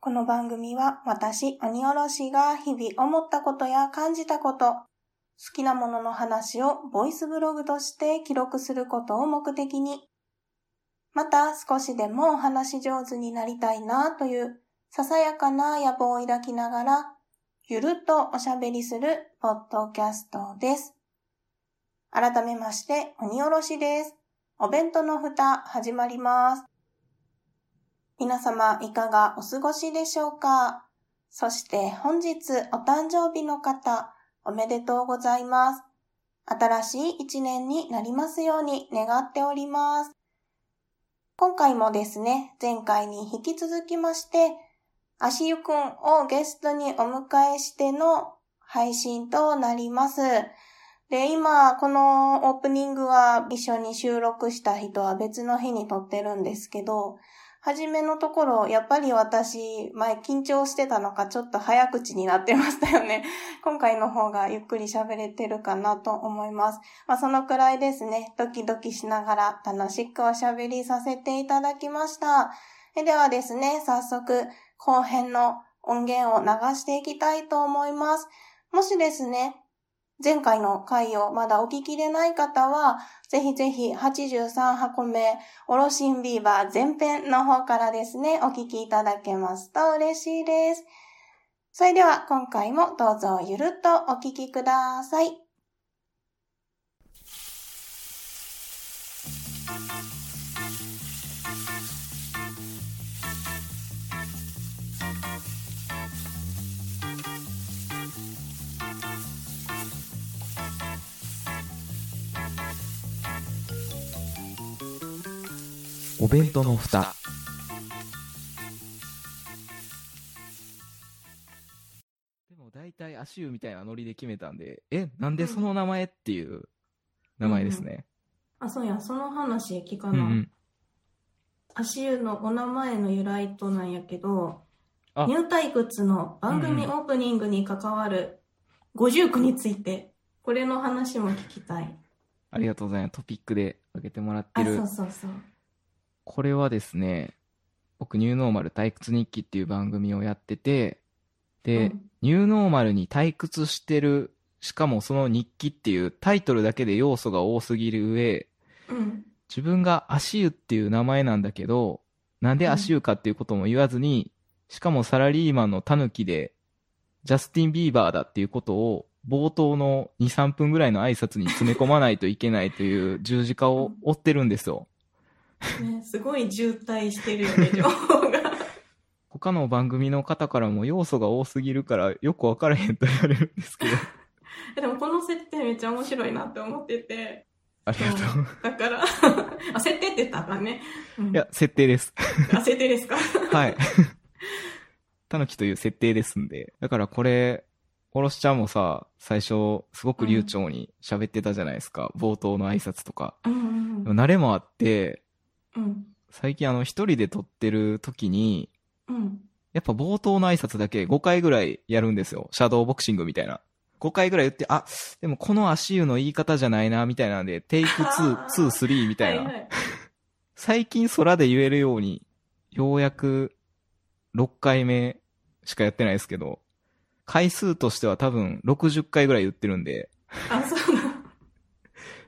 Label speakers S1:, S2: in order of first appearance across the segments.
S1: この番組は私、鬼おろしが日々思ったことや感じたこと、好きなものの話をボイスブログとして記録することを目的に、また少しでもお話上手になりたいなというささやかな野望を抱きながら、ゆるっとおしゃべりするポッドキャストです。改めまして、鬼おろしです。お弁当の蓋始まります。皆様いかがお過ごしでしょうかそして本日お誕生日の方、おめでとうございます。新しい一年になりますように願っております。今回もですね、前回に引き続きまして、足湯くんをゲストにお迎えしての配信となります。で、今、このオープニングは一緒に収録した日とは別の日に撮ってるんですけど、はじめのところ、やっぱり私、前緊張してたのか、ちょっと早口になってましたよね。 今回の方がゆっくり喋れてるかなと思います。まあ、そのくらいですね、ドキドキしながら楽しくお喋りさせていただきました。ではですね、早速、後編の音源を流していきたいと思います。もしですね、前回の回をまだお聞きでない方は、ぜひぜひ83箱目、おろしんビーバー前編の方からですね、お聞きいただけますと嬉しいです。それでは今回もどうぞゆるっとお聞きください。
S2: お弁当の蓋
S3: でも大体足湯みたいなノリで決めたんでえなんでその名前っていう名前ですね、
S1: うん、あそうやその話聞かない、うんうん、足湯のお名前の由来となんやけどニュータイクツの番組オープニングに関わる五十句についてこれの話も聞きたい
S3: ありがとうございますトピックで挙げてもらってる
S1: そうそうそう
S3: これはですね、僕、ニューノーマル退屈日記っていう番組をやってて、で、うん、ニューノーマルに退屈してる、しかもその日記っていうタイトルだけで要素が多すぎる上、
S1: うん、
S3: 自分が足湯っていう名前なんだけど、なんで足湯かっていうことも言わずに、うん、しかもサラリーマンのタヌキで、ジャスティン・ビーバーだっていうことを、冒頭の2、3分ぐらいの挨拶に詰め込まないといけないという十字架を追ってるんですよ。
S1: ね、すごい渋滞してるよね、情報が。
S3: 他の番組の方からも要素が多すぎるからよく分からへんと言われるんですけ
S1: ど。でもこの設定めっちゃ面白いなって思ってて。
S3: ありがとう。
S1: だから あ、設定って言ったらね。
S3: うん、いや、設定です。
S1: あ、設定です か
S3: はい。たぬきという設定ですんで。だからこれ、おろしちゃんもさ、最初、すごく流暢に喋ってたじゃないですか。うん、冒頭の挨拶とか。、
S1: うんうんうん
S3: 慣れもあって、
S1: うん、
S3: 最近あの一人で撮ってる時に、
S1: うん、
S3: やっぱ冒頭の挨拶だけ5回ぐらいやるんですよ。シャドーボクシングみたいな。5回ぐらい言って、あ、でもこの足湯の言い方じゃないな、みたいなんで、テイク2、2、3みたいな。はいはい、最近空で言えるように、ようやく6回目しかやってないですけど、回数としては多分60回ぐらい言ってるんで。
S1: あ、そうな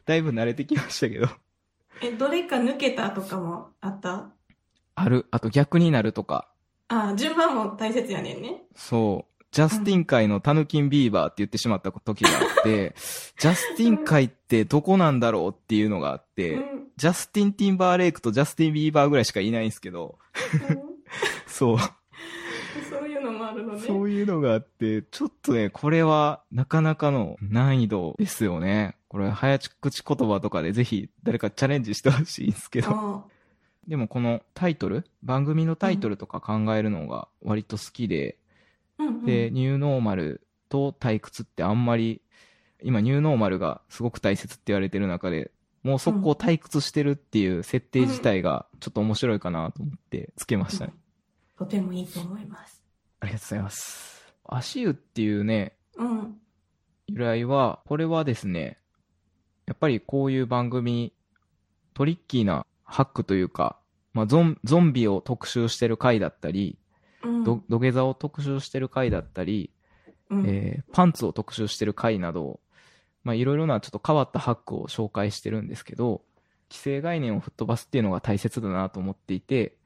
S3: だいぶ慣れてきましたけど。
S1: え、どれか抜けたとかもあった
S3: ある。あと逆になるとか。
S1: ああ、順番も大切やねんね。
S3: そう。ジャスティン界のタヌキンビーバーって言ってしまった時があって、ジャスティン界ってどこなんだろうっていうのがあって、うん、ジャスティン・ティンバーレイクとジャスティン・ビーバーぐらいしかいないんですけど、うん、そう。
S1: そういうのもあるのね。
S3: そういうのがあって、ちょっとね、これはなかなかの難易度ですよね。これ、早口言葉とかでぜひ誰かチャレンジしてほしいんですけど。でもこのタイトル、番組のタイトルとか考えるのが割と好きで、
S1: うん、
S3: で、ニューノーマルと退屈ってあんまり、今ニューノーマルがすごく大切って言われてる中で、もう速攻退屈してるっていう設定自体がちょっと面白いかなと思ってつけましたね、
S1: うんうん。とてもいいと思います。
S3: ありがとうございます。足湯っていうね、
S1: うん、
S3: 由来は、これはですね、やっぱりこういう番組、トリッキーなハックというか、まあ、ゾンゾンビを特集してる回だった
S1: うん
S3: り、
S1: うん
S3: ど土下座を特集してる回だったり、
S1: うん
S3: えーパンツを特集してる回など、まあ、いろいろなちょっと変わったハックを紹介してるんですけど、既成概念を吹っ飛ばすっていうのが大切だなと思っていて、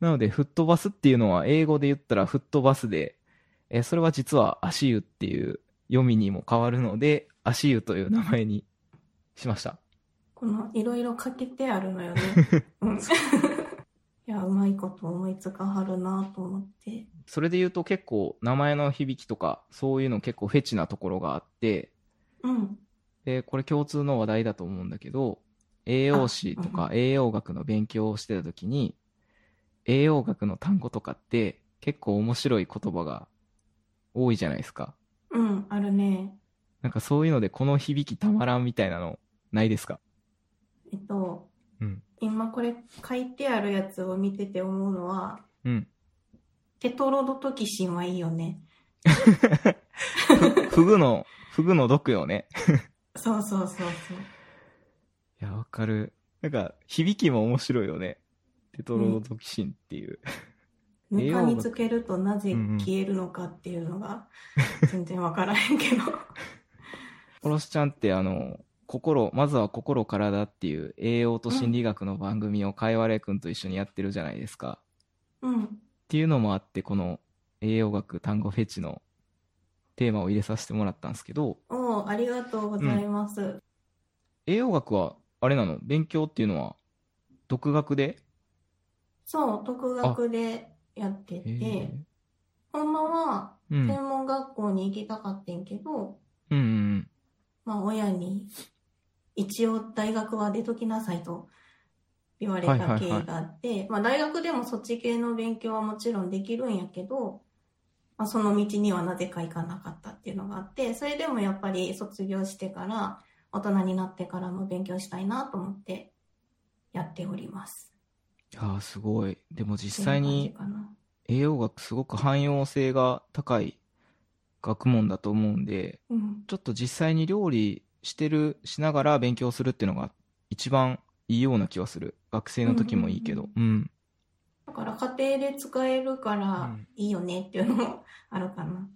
S3: なので、吹っ飛ばすっていうのは英語で言ったら吹っ飛ばすで、えーそれは実は足湯っていう読みにも変わるので、足湯という名前にしました。
S1: このいろいろかけてあるの よね。うん、い や、うまいこと思いつかはるなと思って。
S3: それで言うと結構名前の響きとかそういうの結構フェチなところがあって
S1: うん。
S3: でこれ共通の話題だと思うんだけど栄養士と
S1: あ
S3: か栄養学の勉強をしてた時に栄養学の単語とかって結構面白い言葉が多いじゃないですか
S1: うん、あるね。
S3: なんかそういうのでこの響きたまらんみたいなのないですか
S1: えっと、
S3: うん
S1: 今これ書いてあるやつを見てて思うのは、
S3: うん
S1: テトロドトキシンはいいよね。
S3: ふフグのフグの毒よね
S1: そうそうそうそう。
S3: いやわかるなんか響きも面白いよねテトロドキシンっていう、栄
S1: ぬ
S3: 養
S1: か
S3: 学
S1: につけるとなぜ消えるのかっていうの が全然わからへんけど。
S3: 殺しちゃんってあの心まずは心からだっていう栄養と心理学の番組をかいわれくんと一緒にやってるじゃないですか、っ
S1: うん。
S3: ていうのもあってこの栄養学単語フェチのテーマを入れさせてもらったんですけど
S1: おうありがとうございます。
S3: 栄養学はあれなの勉強っていうのは独学で
S1: そう、独学でやって
S3: へ
S1: て
S3: え、
S1: ほんまは
S3: うんうん
S1: 専門学校に行きたかってんけど、
S3: うんうん
S1: まあ親に一応大学は出ときなさいと言われ
S3: はいはいは
S1: た
S3: い
S1: 経緯があって、まあ大学でもそっち系の勉強はもちろんできるんやけど、まあ、その道にはなぜか行かなかったっていうのがあって、それでもやっぱり卒業してから大人になってからも勉強したいなと思ってやっております。
S3: いやーすごいでも実際
S1: って
S3: に
S1: いう感じかな
S3: 栄養学すごく汎用性が高い学問だと思うんで
S1: うん、
S3: ちょっと実際に料理してるしながら勉強するっていうのが一番いいような気はする学生の時もいいけどうん
S1: だから家庭で使えるか
S3: う
S1: ら
S3: ん
S1: いいよねっていうのもあるかな。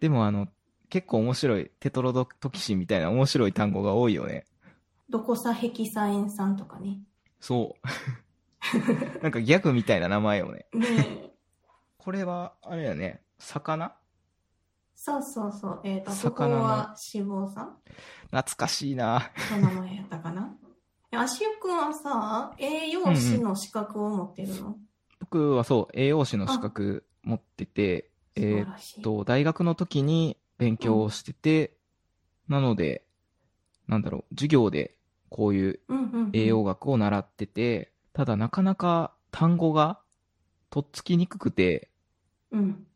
S3: でもあの結構面白いテトロドトキシンみたいな面白い単語が多いよね
S1: どこさヘキサエン酸とかね。
S3: そう なんかギャグみたいな名前よね
S1: ねえ
S3: これはあれだね魚
S1: そうそうそう。えっ、と、ここ
S3: 魚の
S1: は脂肪酸
S3: 懐かしいな
S1: の名前やったかな。 え足湯くんはさ、栄養士の資格を持ってるの、
S3: 僕はそう栄養士の資格持っててえ
S1: 素
S3: ー
S1: 晴らしい。
S3: えっと、大学の時に勉強をしてて、なので、なんだろう、授業でこういう
S1: うんうんうん
S3: 栄養学を習ってて、ただなかなか単語がとっつきにくくて、
S1: うん。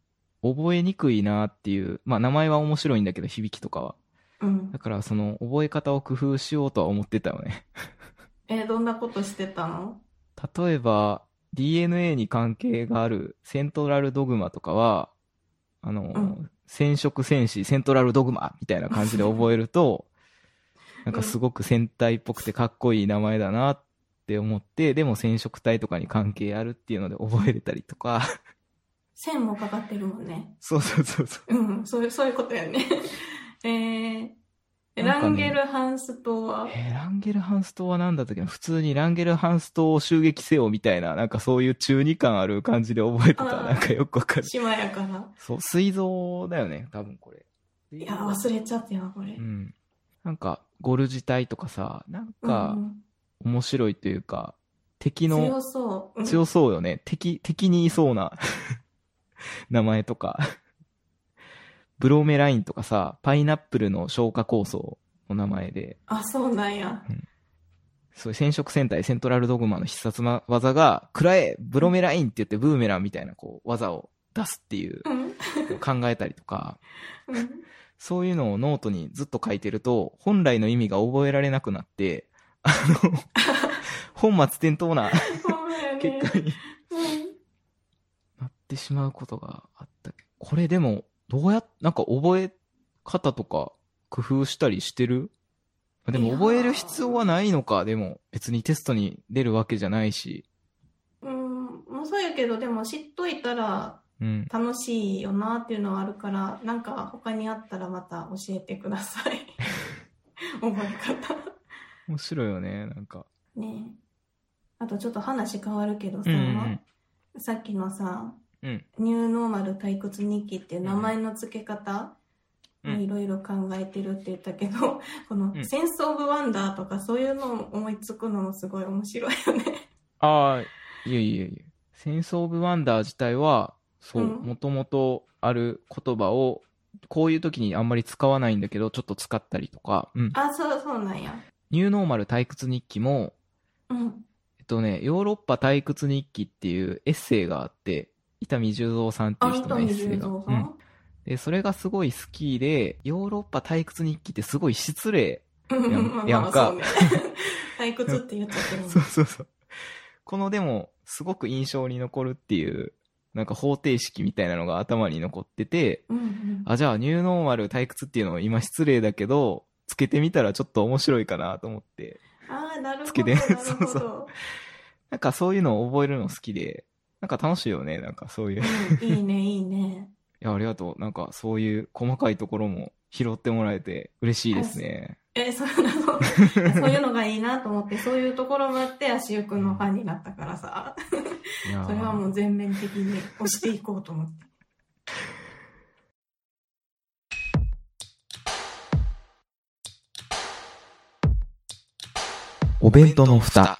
S3: 覚えにくいなっていう、まあ名前は面白いんだけど、響きとかは。
S1: うん
S3: だ。からその覚え方を工夫しようとは思ってたよね。
S1: えーどんなことしてたの
S3: 例えば、DNA に関係があるセントラルドグマとかは、あの、
S1: うん
S3: 染色戦士セントラルドグマみたいな感じで覚えると、なんかすごく戦隊っぽくてかっこいい名前だなって思って、でも染色体とかに関係あるっていうので覚えれたりとか、
S1: 線もかかってるもんね。
S3: そうそうそうそう。
S1: うん。そういう、そういうことやね。 えー、え
S3: なん
S1: ラ
S3: か
S1: ン
S3: ね
S1: ゲルハンス島は、
S3: えーランゲルハンス島は何だったっけな普通にランゲルハンス島を襲撃せよみたいな、なんかそういう中二感ある感じで覚えてた。
S1: あー
S3: なんかよくわかる。
S1: 島やから。
S3: そう、膵臓だよね、多分これ。
S1: いや、忘れちゃったよ、これ
S3: う。ん。なんか、ゴル自体とかさ、なん
S1: う
S3: か
S1: んうん
S3: 面白いというか、敵の、
S1: 強そう。うん
S3: 強そうよね。敵、敵にいそうな 名前とか。ブロメラインとかさ、パイナップルの消化酵素の名前で、
S1: あ、そうなんや。
S3: そういう染色戦隊セントラルドグマの必殺な技が、くらえ、ブロメラインって言ってブーメランみたいなこう技を出すっていう
S1: うん。
S3: のを考えたりとか、
S1: うん
S3: そういうのをノートにずっと書いてると、本来の意味が覚えられなくなって、あ の、本末転倒な
S1: そうだよね
S3: 結果に
S1: うん
S3: なってしまうことがあったけどこれでも、どうやっ、なんか覚え方とか工夫したりしてるあで
S1: い
S3: も
S1: やー
S3: 覚える必要はないのか、でも別にテストに出るわけじゃないし。
S1: うん、まもそうやけど、でも知っといたら
S3: うん。
S1: 楽しいよなっていうのはあるから、なんか他にあったらまた教えてくださ い。覚え方。
S3: 面白いよね、なんか。
S1: ねえあとちょっと話変わるけどさ、
S3: うんうん
S1: さっきのさ、
S3: うん。うん。
S1: ニューノーマル退屈日記っていう名前の付け方を
S3: うん
S1: いろいろ考えてるって言ったけど、 この「
S3: うん
S1: センス・オブ・ワンダー」とかそういうのを思いつくのもすごい面白いよね。
S3: ああ、いえいえいえ。センス・オブ・ワンダー自体は、そう、
S1: うん
S3: もともとある言葉を、こういう時にあんまり使わないんだけど、ちょっと使ったりとか、うん。
S1: あ、そうそうなんや。
S3: ニューノーマル退屈日記も、
S1: うん。
S3: えっとね、ヨーロッパ退屈日記っていうエッセイがあって、伊丹十三さんって
S1: あ、
S3: いう
S1: 三
S3: 人のエッ
S1: 谷
S3: セ
S1: 十
S3: イが。
S1: 三
S3: う
S1: さ
S3: ん、
S1: ん
S3: で、それがすごい好きで、ヨーロッパ退屈日記ってすごい失礼。
S1: うん
S3: やん
S1: まあまあ
S3: やんか
S1: そうね 退屈って言っちゃってるもん
S3: そうそうそう。このでも、すごく印象に残るっていう、なんか方程式みたいなのが頭に残ってて、
S1: うんうん。
S3: あ、じゃあニューノーマル退屈っていうのを今失礼だけど、つけてみたらちょっと面白いかなと思って。
S1: あー、なるほ
S3: つ
S1: ど。
S3: け
S1: な
S3: て
S1: るほ
S3: そうそ
S1: ど。
S3: なんかそういうのを覚えるの好きで、なんか楽しいよね、なんかそういう。
S1: うんいいね、いいね。
S3: いや、ありがとう。なんか、そういう細かいところも拾ってもらえて嬉しいですね。
S1: え、そうなの。 そういうのがいいなと思って、そういうところもあって、足湯くんのファンになったからさ。
S3: いやー
S1: それはもう全面的に押していこうと思って。
S2: お弁当の蓋。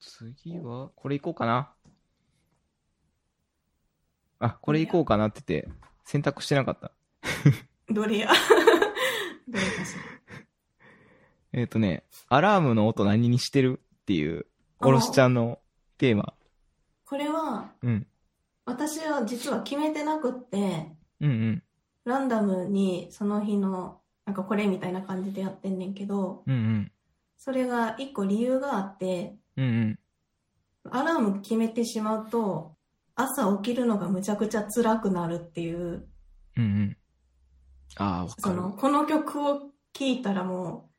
S3: 次は、これいこうかな。あ、これいこうかなってて、選択してなかった。
S1: どれや どれかしら。
S3: えっ、とね、アラームの音何にしてるっていう、おろしちゃんのテーマ。
S1: これは、
S3: うん。
S1: 私は実は決めてなくって、
S3: うんうん。
S1: ランダムにその日の、なんかこれみたいな感じでやってんねんけど、
S3: うんうん。
S1: それが一個理由があって、
S3: うんうん。
S1: アラーム決めてしまうと、朝起きるのがむちゃくちゃ辛くなるっていう、
S3: うんうん。ああ、わか
S1: そ
S3: る。
S1: の、この曲を聴いたらもう、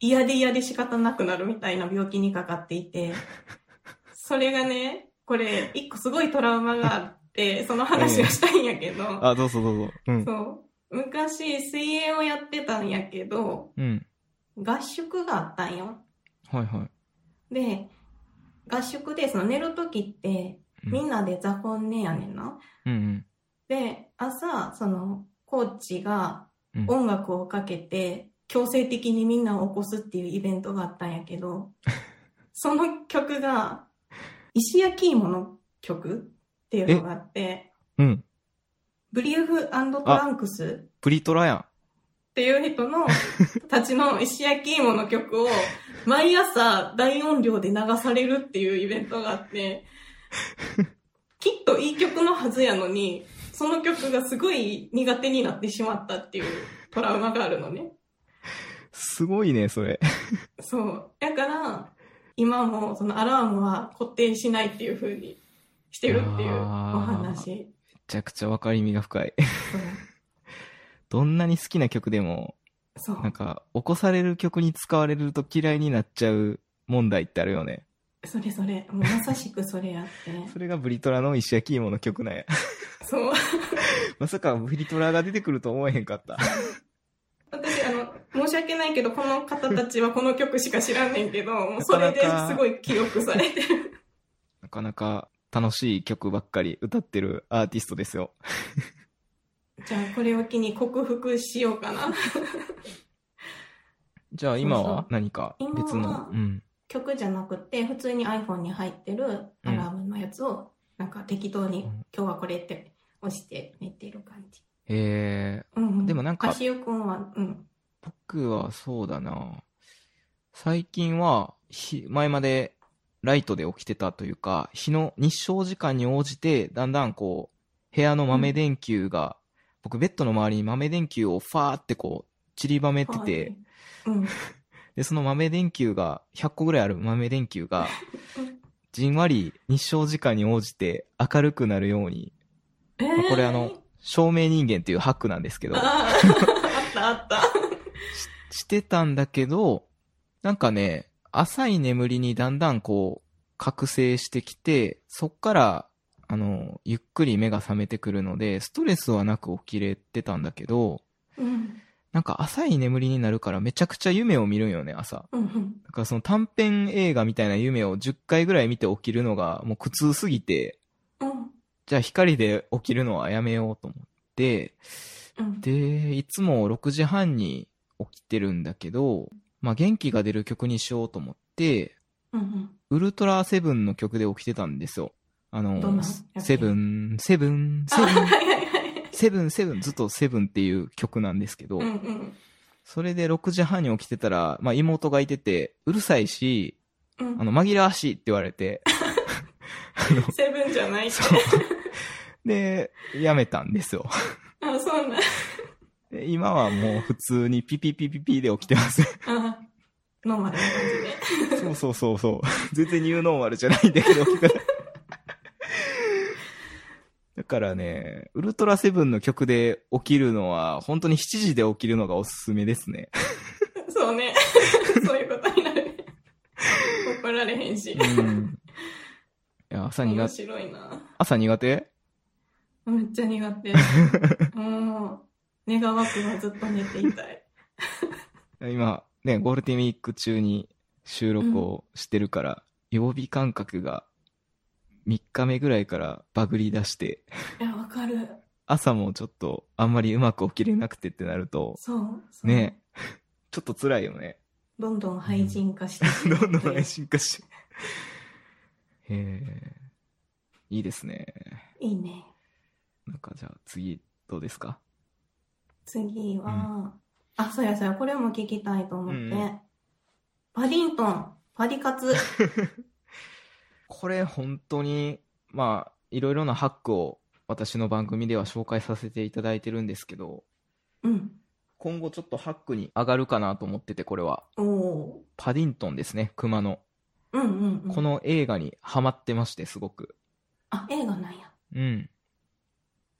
S1: 嫌で嫌で仕方なくなるみたいな病気にかかっていて、 それがね、これ、一個すごいトラウマがあって、その話をしたいんやけど、
S3: あ、どうぞどうぞ。うん。
S1: そう、昔、水泳をやってたんやけど、
S3: うん。
S1: 合宿があったんよ。
S3: はいはい。
S1: で、合宿で、その寝るときって、
S3: うん
S1: みんなで雑魚寝やねんな。
S3: うん
S1: で、朝、その、コーチが
S3: うん。うん
S1: 音楽をかけて強制的にみんなを起こすっていうイベントがあったんやけ どその曲が石焼き芋の曲っていうのがあって
S3: うん。
S1: ブリーフトランクス
S3: プリトラやん。
S1: っていう人のたちの石焼き芋の曲 を毎朝大音量で流されるっていうイベントがあってきっといい曲のはずやのにその曲がすごい苦手になってしまったっていうトラウマがあるのね。
S3: すごいね、それ。
S1: そう。だから、今もそのアラームは固定しないっていう風にしてるっていうお話。
S3: めちゃくちゃ分かりみが深い。
S1: そう。
S3: どんなに好きな曲でも、
S1: そう
S3: なんか、起こされる曲に使われると嫌いになっちゃう問題ってあるよね。
S1: それそれ。もうまさしくそれやっ
S3: そ
S1: て。
S3: れがブリトラの石焼き芋の曲なんや。
S1: そう。
S3: まさかブリトラが出てくると思えへんかった。
S1: 私、あの、申し訳ないけど、この方たちはこの曲しか知らんねん けど、もうそれですごい記憶さ れてる。
S3: なかなか楽しい曲ばっかり歌ってるアーティストですよ。
S1: じゃあ、これを機に克服しようかな。
S3: じゃあ今は何か別
S1: 今は
S3: の。うん。
S1: 曲じゃなくて、普通に iPhone に入ってるアラームのやつを、なんか適当に、今日はこれって押して寝てる感じ。
S3: えー、
S1: うんうん、
S3: でもなんか
S1: カシオくんは、うん。
S3: 僕はそうだな最近は日前までライトで起きてたというか日の日照時間に応じてだんだんこう部屋の豆電球が、僕ベッドの周りに豆電球をファーってこう散りばめてて、
S1: はい。うん。
S3: でその豆電球が100個ぐらいある豆電球 がじんわり日照時間に応じて明るくなるように
S1: え
S3: まあこれあの照明人間っていうハックなんですけど
S1: あーあったあった。
S3: してたんだけど、なんかね、浅い眠りにだんだんこう、覚醒してきて、そっから、あの、ゆっくり目が覚めてくるので、ストレスはなく起きれてたんだけど、
S1: うん。
S3: なんか浅い眠りになるからめちゃくちゃ夢を見るんよね、朝。
S1: うんうん。
S3: だからその短編映画みたいな夢を10回ぐらい見て起きるのがもう苦痛すぎて、
S1: うん。
S3: じゃあ光で起きるのはやめようと思って、
S1: うん。
S3: で、いつも6時半に起きてるんだけど、まあ元気が出る曲にしようと思って、
S1: うん
S3: ウルトラセブンの曲で起きてたんですよ。あ
S1: どん
S3: の
S1: なや、つ
S3: セブン、セブン、
S1: うん。
S3: セブン、
S1: はいはいはい。
S3: セブン、セブン、ずっとセブンっていう曲なんですけど、
S1: うんうん。
S3: それで6時半に起きてたら、まあ妹がいてて、うるさいし、
S1: うん
S3: あの、紛らわしいって言われて、
S1: セブンじゃないって。
S3: そう。で、やめたんですよ。
S1: あ、そうなん。
S3: で今はもう普通にピピピピピで起きてます。
S1: あノーマルな感じで。
S3: そうそうそうそう。 全然ニューノーマルじゃないんだけ ど、起きたらだからね、ウルトラセブンの曲で起きるのは、本当に7時で起きるのがおすすめですね。
S1: そう ね。そういうことになるね。怒られへんし
S3: う。ん。 いや、朝苦
S1: 面
S3: 手、
S1: 白いな。
S3: 朝苦手
S1: めっちゃ苦手。もう、願わくはずっと寝ていたい。
S3: 今、ね、ゴールデンウィーク中に収録をしてるから、曜日感覚が3日目ぐらいからバグり出して、
S1: いや、わかる。
S3: 朝もちょっとあんまりうまく起きれなくてってなると、
S1: そう。そう
S3: ね。 ちょっと辛いよね。
S1: どんどん廃人化してしま
S3: ど
S1: って
S3: んどん配信化し。へえ、いいですね。
S1: いいね。
S3: なんかじゃあ次、どうですか
S1: 次は、あ、そうやそうや、これも聞きたいと思って。
S3: うんうん
S1: パディントン、パディカツ。
S3: これ本当に、まあ、いろいろなハックを私の番組では紹介させていただいてるんですけど、
S1: うん。
S3: 今後ちょっとハックに上がるかなと思ってて、これは。
S1: おお
S3: パディントンですね、熊の。
S1: ー。うんうん、うん。
S3: この映画にハマってまして、すごく。
S1: あ、映画なんや。
S3: うん。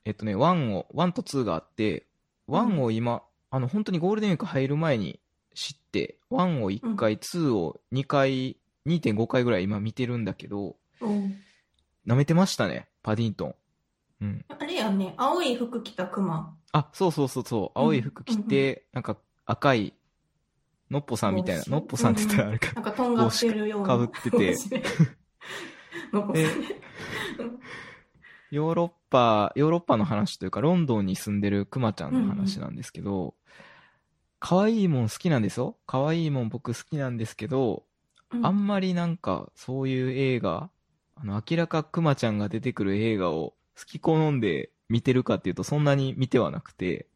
S3: えっとね、1を、1と2があって、1を今、あの、本当にゴールデンウィーク入る前に知って、1を1回、2を2回、2.5回ぐらい今見てるんだけど、
S1: おー
S3: 舐めてましたね、パディントン。うん。
S1: あれやね、青い服着たクマ。
S3: あ、そうそうそうそう、青い服着て、なんか赤い、のっぽさんみたいな、
S1: 帽子
S3: のっぽさんって言ったらあれか。
S1: なんかとんがってるような。
S3: 帽子かぶってて
S1: 帽 子ね。のこさんね
S3: ヨーロッパ、ヨーロッパの話というか、ロンドンに住んでるクマちゃんの話なんですけど、可愛、いいもん好きなんですよ。可愛いもん僕好きなんですけ
S1: う
S3: ど、
S1: ん
S3: あんまりなんか、そういう映画、あの、明らかクマちゃんが出てくる映画を好き好んで見てるかっていうと、そんなに見てはなくて、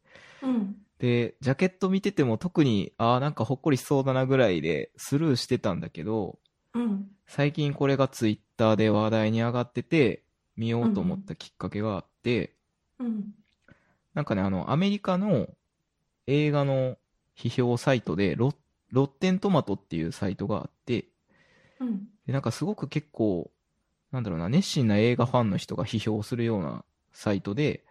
S1: うん。
S3: で、ジャケット見てても特に、ああ、なんかほっこりしそうだなぐらいでスルーしてたんだけど、
S1: うん。
S3: 最近これがツイッターで話題に上がってて、見ようと思ったきっかけがあって、
S1: うん。
S3: なんかね、あの、アメリカの映画の批評サイトで、ロッロッテントマトっていうサイトがあって、
S1: うん。
S3: でなんかすごく結構、なんだろうな、熱心な映画ファンの人が批評するようなサイトで、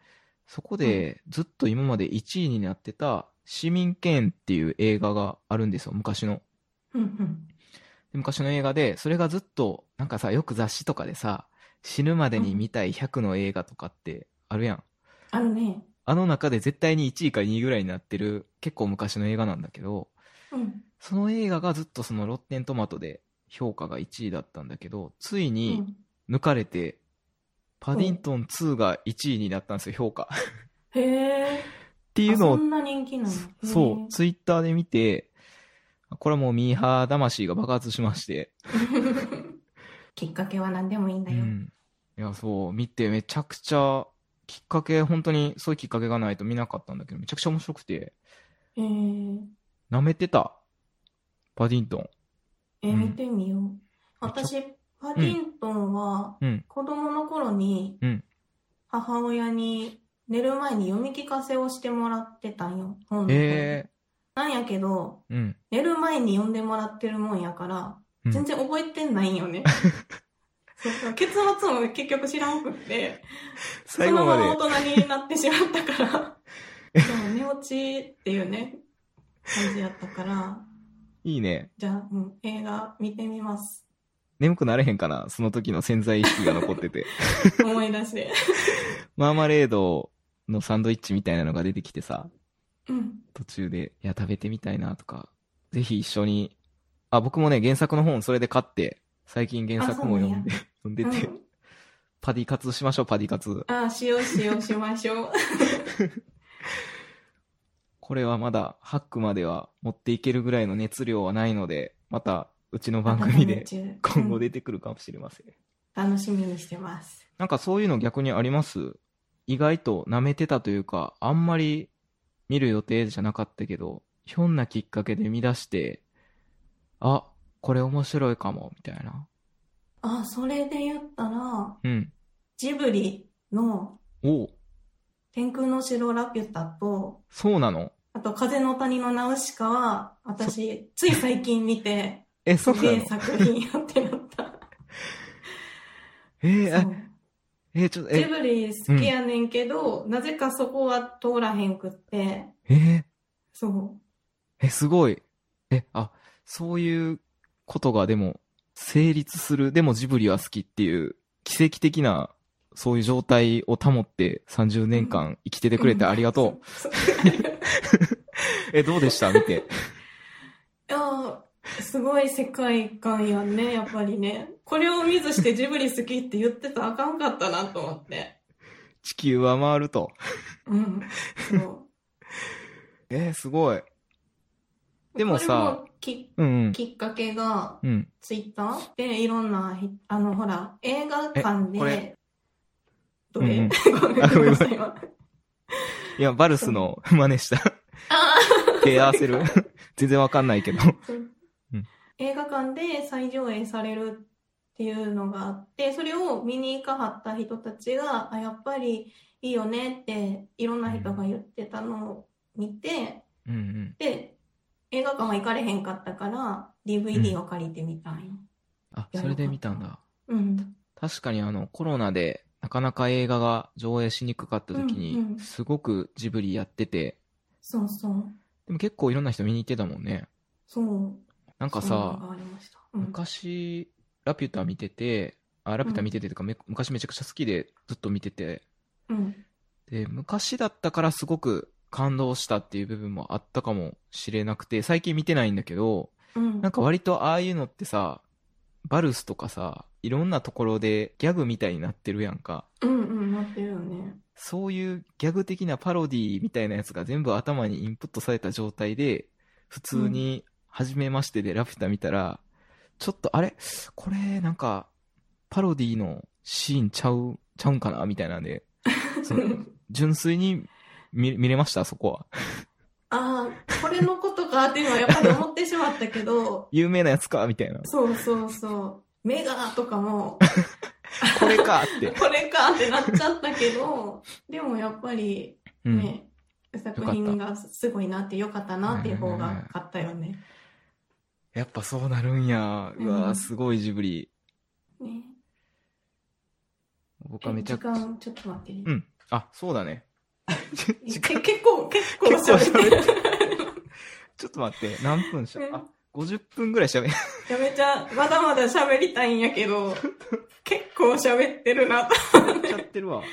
S3: そこでずっと今まで1位になってた、市民権っていう映画があるんですよ、昔の。
S1: うん。うん。
S3: で昔の映画で、それがずっと、なんかさ、よく雑誌とかでさ、死ぬまでに見たい100の映画とかってあるやん。
S1: あるね。
S3: あの中で絶対に1位か2位ぐらいになってる、結構昔の映画なんだけど、
S1: うん。
S3: その映画がずっとそのロッテントマトで評価が1位だったんだけど、ついうに
S1: ん。
S3: 抜かれて、パディントン2が1位になったんですよ、評価。っ
S1: へえ。
S3: ていうの
S1: そ
S3: を
S1: んな人気なの
S3: そう、ツイッターで見て、これはもうミーハー魂が爆発しまして、
S1: う。 きっかけは何でもいいんだ
S3: う
S1: よ。
S3: ん。いや、そう、見てめちゃくちゃ、きっかけ、本当にそういうきっかけがないと見なかったんだけど、めちゃくちゃ面白くて、
S1: えー、
S3: 舐めてた。パディントン。
S1: えー
S3: うん
S1: 見てみよう。私、パディントンは
S3: うん、
S1: 子供の頃に
S3: うん、
S1: 母親に寝る前に読み聞かせをしてもらってたんよ、本の本
S3: え
S1: なんやけど、
S3: えうん。
S1: 寝る前に読んでもらってるもんやから、
S3: うん
S1: 全然覚えてないんよ ね。そうそう結末も結局知らんくって、そ
S3: 最後
S1: のま
S3: ま
S1: ま
S3: で。
S1: 大人になってしまった から、でも寝落ちっていうね、感じやったから、
S3: いいね。
S1: じゃあ、うん、映画見てみます。
S3: 眠くなれへんかなその時の潜在意識が残って て。
S1: 思い出 して。
S3: マーマレードのサンドイッチみたいなのが出てきてさ、
S1: うん。
S3: 途中で、いや、食べてみたいなとか、ぜひ一緒に、あ、僕もね、原作の本それで買って、最近原作も読んで、 読んで
S1: う
S3: て、
S1: ん、
S3: パディ活しましょう、パディ活。
S1: ああ、しようしようしましょう。
S3: これはまだ、ハックまでは持っていけるぐらいの熱量はないので、また、うちの番組で、今後
S1: で、
S3: 出てくるかもしれません。
S1: うん楽しみにしてます。
S3: なんかそういうの逆にあります意外と舐めてたというか、あんまり見る予定じゃなかったけど、ひょんなきっかけで見出して、あ、これ面白いかも、みたいな。
S1: あ、それで言ったら、
S3: うん。
S1: ジブリの
S3: おう
S1: 天空の城ラピュタと、
S3: そうなの
S1: あと風の谷のナウシカは、私、つい最近見て、
S3: え、そう
S1: す
S3: な
S1: げえ
S3: の
S1: 作品やってなった。
S3: えー
S1: そう
S3: え、え、ちょっと、
S1: ジ
S3: え、
S1: ブリ好きやねんけど、なぜかそこは通らへんくって、
S3: えー
S1: そう。
S3: え、すごい。え、あ、そういうことがでも、成立する、でもジブリは好きっていう、奇跡的な、そういう状態を保って30年間生きててくれてありがとう。
S1: そう。
S3: え、どうでした見て。
S1: いやーすごい世界観やんね、やっぱりね。これを見ずしてジブリ好きって言ってたらあかんかったなと思って。
S3: 地球は回ると。
S1: うん。そう。
S3: えーすごい。 でもさ
S1: これもき、
S3: うんうん。
S1: きっかけが、
S3: うん。
S1: ツイッターでいろんなひ、あの、ほら、映画館
S3: えこれ
S1: で、どれ、
S3: うんうん
S1: ごめんなさい、今。
S3: いや、バルスの真似 した。
S1: あ
S3: 手合わせる。 全然わかんない けど。
S1: ー
S3: うん
S1: 映画館で再上映されるっていうのがあって、それを見に行かはった人たちが、あ、やっぱりいいよねって、いろんな人が言ってたのを見て、
S3: うんうん。
S1: で、映画館は行かれへんかったから、DVD を借りてみたい。
S3: あ、それで見たんだ。
S1: うん。
S3: 確かにあの、コロナで、なかなか映画が上映しにくかった時に、
S1: うんうん
S3: すごくジブリやってて、
S1: そうそう。
S3: でも結構いろんな人見に行ってたもんね。
S1: そう。
S3: なんか
S1: そんなの
S3: さ、
S1: がありました、うん
S3: 昔、ラピュタ見てて、あ、ラピュタ見ててとか、め昔めちゃくちゃ好きでずっと見てて、
S1: うん
S3: で、昔だったからすごく感動したっていう部分もあったかもしれなくて、最近見てないんだけど、
S1: うん
S3: なんか割とああいうのってさ、バルスとかさ、いろんなところでギャグみたいになってるやんか。
S1: うんうんなってるよね
S3: そういうギャグ的なパロディみたいなやつが全部頭にインプットされた状態で、普通に、初めましてでラピュタ見たら、ちょっとあれこれなんか、パロディのシーンちゃう、ちゃうんかなみたいな んで、その純粋に見見れましたそこは。
S1: ああこれのことかっていうのはやっぱり思ってしまったけど
S3: 有名なやつかみたいな。
S1: そうそうそうメガとかも
S3: これ かって。
S1: これかってなっちゃったけ どでもやっぱり
S3: うん。
S1: ね、作品がすごいなってよかったなっていう方が勝ったよね
S3: やっぱそうなるんや。う
S1: う
S3: わ
S1: ん
S3: すごいジブリ。
S1: ね
S3: 僕は
S1: え
S3: めちゃ
S1: 時
S3: くちゃ。
S1: 間ちょっと待ってね、
S3: うん。あ、そうだね。時間
S1: え結構結構
S3: 結構
S1: 喋って
S3: 喋ってる。ちょっと待って、何分しゃ
S1: う、ん
S3: あ、50分ぐらい喋、
S1: やめちゃ、まだまだ喋りたいんやけど、結構喋ってるなと。
S3: 喋っちゃってるわ。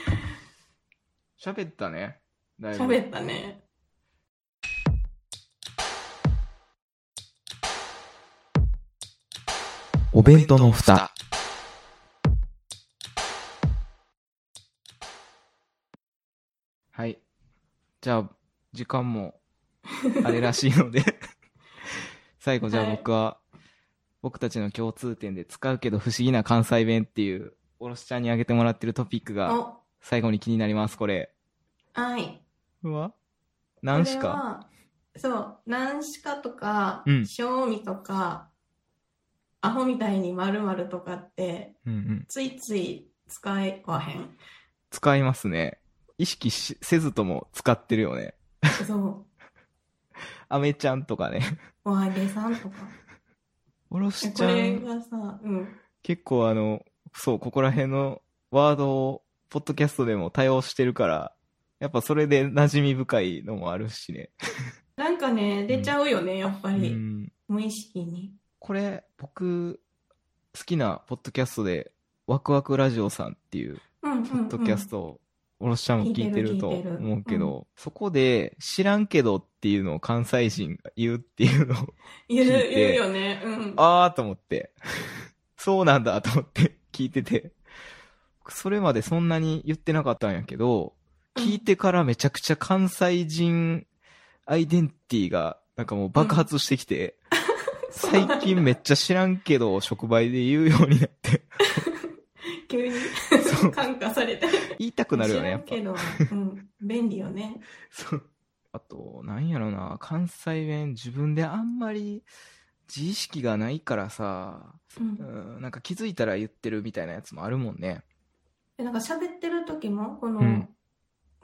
S3: 喋ったね。だいぶ。
S1: 喋ったね。
S2: お弁当の蓋。
S3: はい。じゃあ、時間も、あれらしいの で、最後じゃあ僕は、僕たちの共通点で使うけど不思議な関西弁っていう、おろしちゃんにあげてもらってるトピックが、
S1: お、
S3: 最後に気になります、これ。
S1: はい。
S3: うわ何し
S1: これ
S3: か
S1: はそう、何しかとか、
S3: うん
S1: 賞味とか、アホみたいに〇〇とかって、
S3: うんうん。
S1: ついつい使 えわへん。
S3: 使いますね。意識しせずとも使ってるよね。
S1: そ
S3: アメちゃんとかね。
S1: う、お揚げさんとか。
S3: おろし
S1: こ
S3: ちゃ
S1: れ
S3: ん、
S1: がさ、うん。
S3: 結構あの、そう、ここら辺のワードを、ポッドキャストでも対応してるから、やっぱそれで馴染み深いのもあるしね。
S1: なんかね、出ちゃうよね、やっぱ
S3: う
S1: り。
S3: ん
S1: 無意識に。
S3: これ、僕、好きなポッドキャストで、ワクワクラジオさんっていう
S1: うんうん、うん。
S3: ポッドキャストを、おろしちゃんも聞いてると
S1: 聞いてる
S3: 思うけど、そこで、知らんけどっていうのを関西人が言うっていうのを、
S1: 言う、
S3: 聞いて
S1: 言うよね。うん。
S3: あーと思って、 そうなんだと思って聞いてて、僕それまでそんなに言ってなかったんやけど、聞いてからめちゃくちゃ関西人アイデンティがなんかもう爆発してきて、最近めっちゃ知らんけど、触媒で言うようになって、
S1: 急に
S3: そう
S1: 感化されて。
S3: 言いたくなるよね、やっぱ
S1: 知。らんけど、うん。便利よね。
S3: そう。あと、なんやろな、関西弁自分であんまり自意識がないからさ、
S1: う。
S3: うんん、なんか気づいたら言ってるみたいなやつもあるもんね。
S1: でなんか喋ってる時も、この、
S3: うん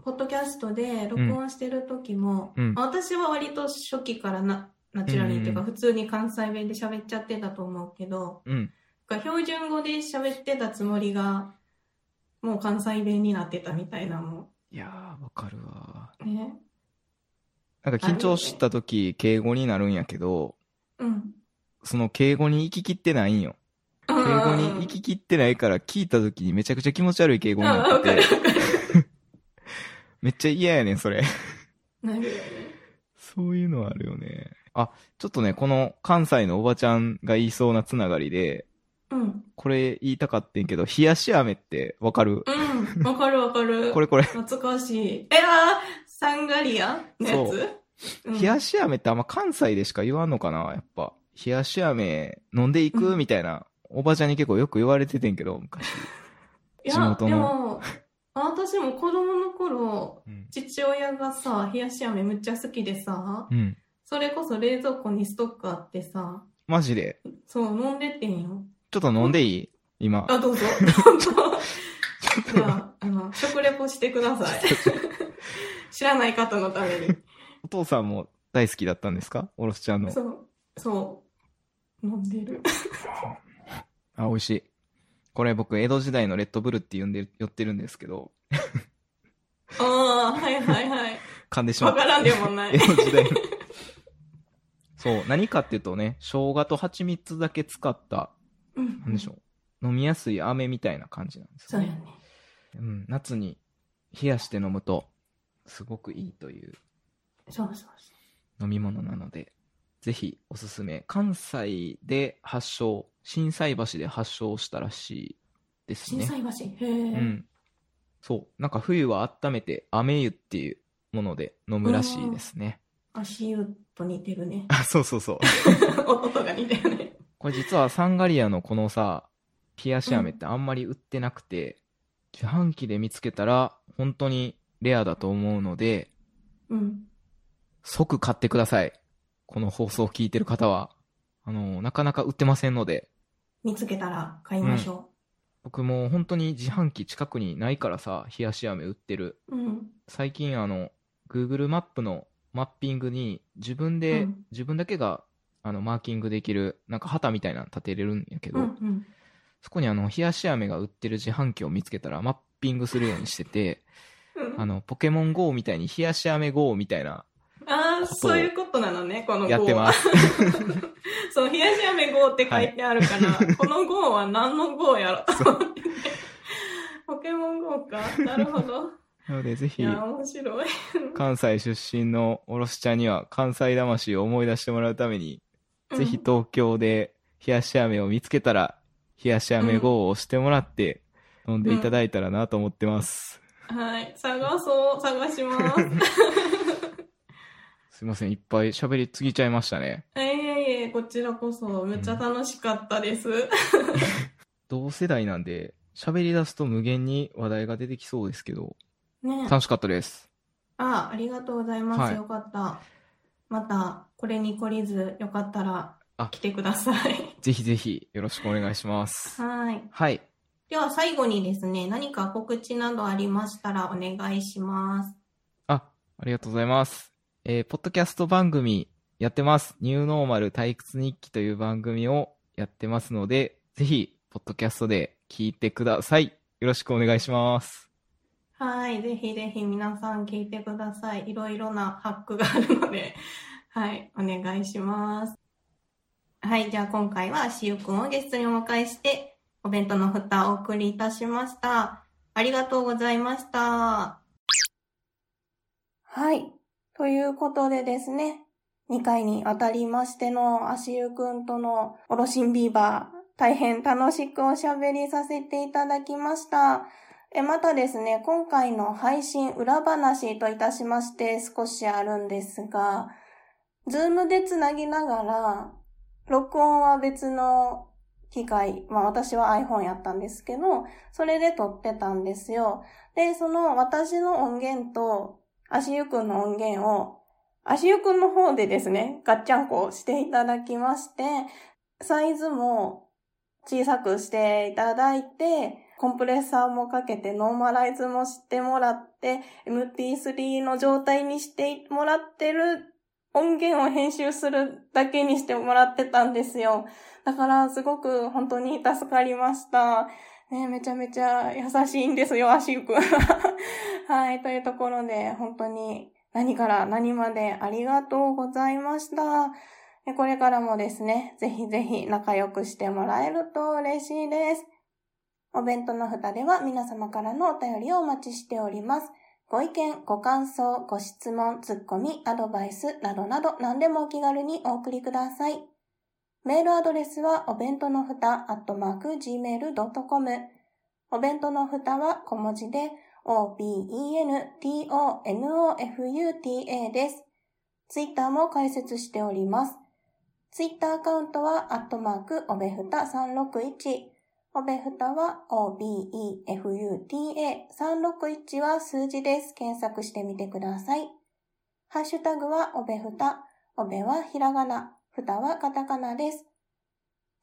S1: ポッドキャストで録音してる時も、
S3: うん
S1: あ私は割と初期からな、ナチュラルにっていうか、
S3: うん
S1: 普通に関西弁で喋っちゃってたと思うけど、
S3: うん。
S1: なんか標準語で喋ってたつもりが、もう関西弁になってたみたいなも
S3: いやー、わかるわ。
S1: ん。ね。
S3: なんか緊張した時、敬語になるんやけど、
S1: うん。
S3: その敬語に行ききってないんよ。
S1: 敬
S3: 敬語に 行ききってないから、聞いた時にめちゃくちゃ気持ち悪い敬語になってて、めっちゃ嫌やねん、そ れ。
S1: なるよね。
S3: そういうのはあるよね。あ、ちょっとね、この関西のおばちゃんが言いそうなつながりで、
S1: うん。うん
S3: これ言いたかってんけど、冷やし飴ってわかる、。
S1: わかるわかる。
S3: これこれ。
S1: 懐かしい。えあー、サンガリアのやつう
S3: 冷やし飴ってあんま関西でしか言わんのかなやっぱ。冷やし飴飲んでいくみたいな、おばちゃんに結構よく言われててんけど、昔。
S1: いや、
S3: 地元の
S1: でも、私も子供の頃、
S3: うん。
S1: 父親がさ、冷やし飴むっちゃ好きでさ、それこそ冷蔵庫にストックあってさ、
S3: マジで。
S1: そう、飲んでてんよ。
S3: ちょっと飲んでいい今。
S1: あ、 どうぞ。じゃあ、あの、食レポしてくださ い。知らない方のために。
S3: お父さんも大好きだったんですかおろすちゃんの。
S1: そう、そう、飲んで る。
S3: あ、美味しい。これ僕、江戸時代のレッドブルって呼んで、寄ってるんですけど、
S1: ああ、はいはいはい。
S3: 噛んでしま
S1: わ
S3: っ
S1: か
S3: た。
S1: らんでもない
S3: 江。戸時代の。そう、何かっていうとね、生姜と蜂蜜だけ使った、
S1: うん
S3: なんでしょう。飲みやすい飴みたいな感じなんです
S1: そう
S3: よ
S1: や
S3: ね。
S1: ね。
S3: うん、夏に冷やして飲むと、すごくいいという
S1: そうそうそう。
S3: 飲み物なので、ぜひおすすめ。関西で発祥、震災橋で発祥したらしいです
S1: 震
S3: ね。
S1: 災橋。へえ。
S3: うん。そう。なんか冬は温めて、雨湯っていうもので飲むらしいですね。
S1: 足湯と似てるね。
S3: あ、 そうそうそう。
S1: 音が似てるね。
S3: これ実はサンガリアのこのさ、冷やし飴ってあんまり売ってなくて、自販機で見つけたら本当にレアだと思うので、
S1: うん。
S3: 即買ってください。この放送を聞いてる方は。あの、なかなか売ってませんので、
S1: 見つけたら買いましょ
S3: 僕もう本当に自販機近くにないからさ、冷やし飴売ってる。
S1: う。うん。
S3: 最近あの、Google マップのマッピングに自分で、
S1: うん
S3: 自分だけがあのマーキングできる、なんか旗みたいなの立てれるんやけど、
S1: うんうん。
S3: そこにあの、冷やし飴が売ってる自販機を見つけたらマッピングするようにしてて、
S1: うん
S3: あの、ポケモン GO みたいに冷やし飴 GO みたいな、
S1: ああ、
S3: ことを
S1: そういうことなのね、この。
S3: やってますす。
S1: そう、冷やし飴号って書いてあるから、 この号は何の号やろと思ってね。ポケモン号か。なるほ ど。
S3: なのでぜ
S1: い
S3: ひ、
S1: や、面白い。
S3: 関西出身のおろしちゃんには関西魂を思い出してもらうために、ぜひ東京で冷やし飴を見つけたら、冷やし飴 GO を押してもらって、飲んでいただいたらなと思ってます。
S1: うん。はい。探そう。探します。
S3: すいません、いっぱい喋りすぎちゃいましたね。
S1: いえいえいえ、こちらこそ、めっちゃ楽しかったです。
S3: 同世代なんで、喋り出すと無限に話題が出てきそうですけど、
S1: ね
S3: 楽しかったです。
S1: あ、ありがとうございます。
S3: はい
S1: よかった。また、これに懲りず、よかったら
S3: あ、
S1: 来てください。
S3: ぜひぜひよろしくお願いします。
S1: はい。
S3: はい。
S1: では、最後にですね、何か告知などありましたらお願いします。
S3: あ、ありがとうございます。えーポッドキャスト番組やってます。ニューノーマル退屈日記という番組をやってますので、ぜひ、ポッドキャストで聞いてください。よろしくお願いします。
S1: はい。ぜひぜひ皆さん聞いてください。いろいろなハックがあるので、 はい、お願いします。はい、じゃあ今回はしゆくんをゲストにお迎えして、お弁当の蓋をお送りいたしました。ありがとうございました。はい、ということでですね、2回にわたりましてのあしゆくんとのおろしんビーバー、大変楽しくおしゃべりさせていただきました。え、またですね、今回の配信裏話といたしまして少しあるんですが、ズームでつなぎながら、録音は別の機械、まあ私は iPhone やったんですけど、それで撮ってたんですよ。で、その私の音源と、足湯くんの音源を、足湯くんの方でですね、ガッチャンコしていただきまして、サイズも小さくしていただいて、コンプレッサーもかけてノーマライズもしてもらって、MP3 の状態にしてもらってる音源を編集するだけにしてもらってたんですよ。だからすごく本当に助かりました。ね、めちゃめちゃ優しいんですよ、足ゆくん は。はい、というところで本当に何から何までありがとうございました。でこれからもですね、ぜひぜひ仲良くしてもらえると嬉しいです。お弁当の蓋では皆様からのお便りをお待ちしております。ご意見、ご感想、ご質問、ツッコミ、アドバイスなどなど何でもお気軽にお送りください。メールアドレスはお弁当のふた gmail.com お弁当のふたは小文字で obentonofuta です。ツイッターも開設しております。ツイッターアカウントは、アットマーク、おべふた361。おべふたは obefuta361 は数字です。検索してみてください。ハッシュタグはおべふた。おべはひらがな。ふたはカタカナです。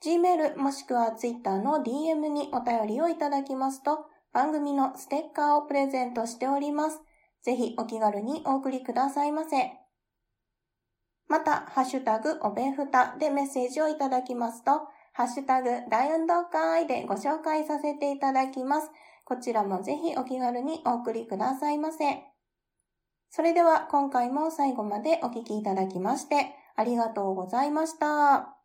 S1: Gmail もしくは Twitter の DM にお便りをいただきますと、番組のステッカーをプレゼントしております。ぜひお気軽にお送りくださいませ。また、ハッシュタグおべふたでメッセージをいただきますと、ハッシュタグ大運動会でご紹介させていただきます。こちらもぜひお気軽にお送りくださいませ。それでは今回も最後までお聞きいただきましてありがとうございました。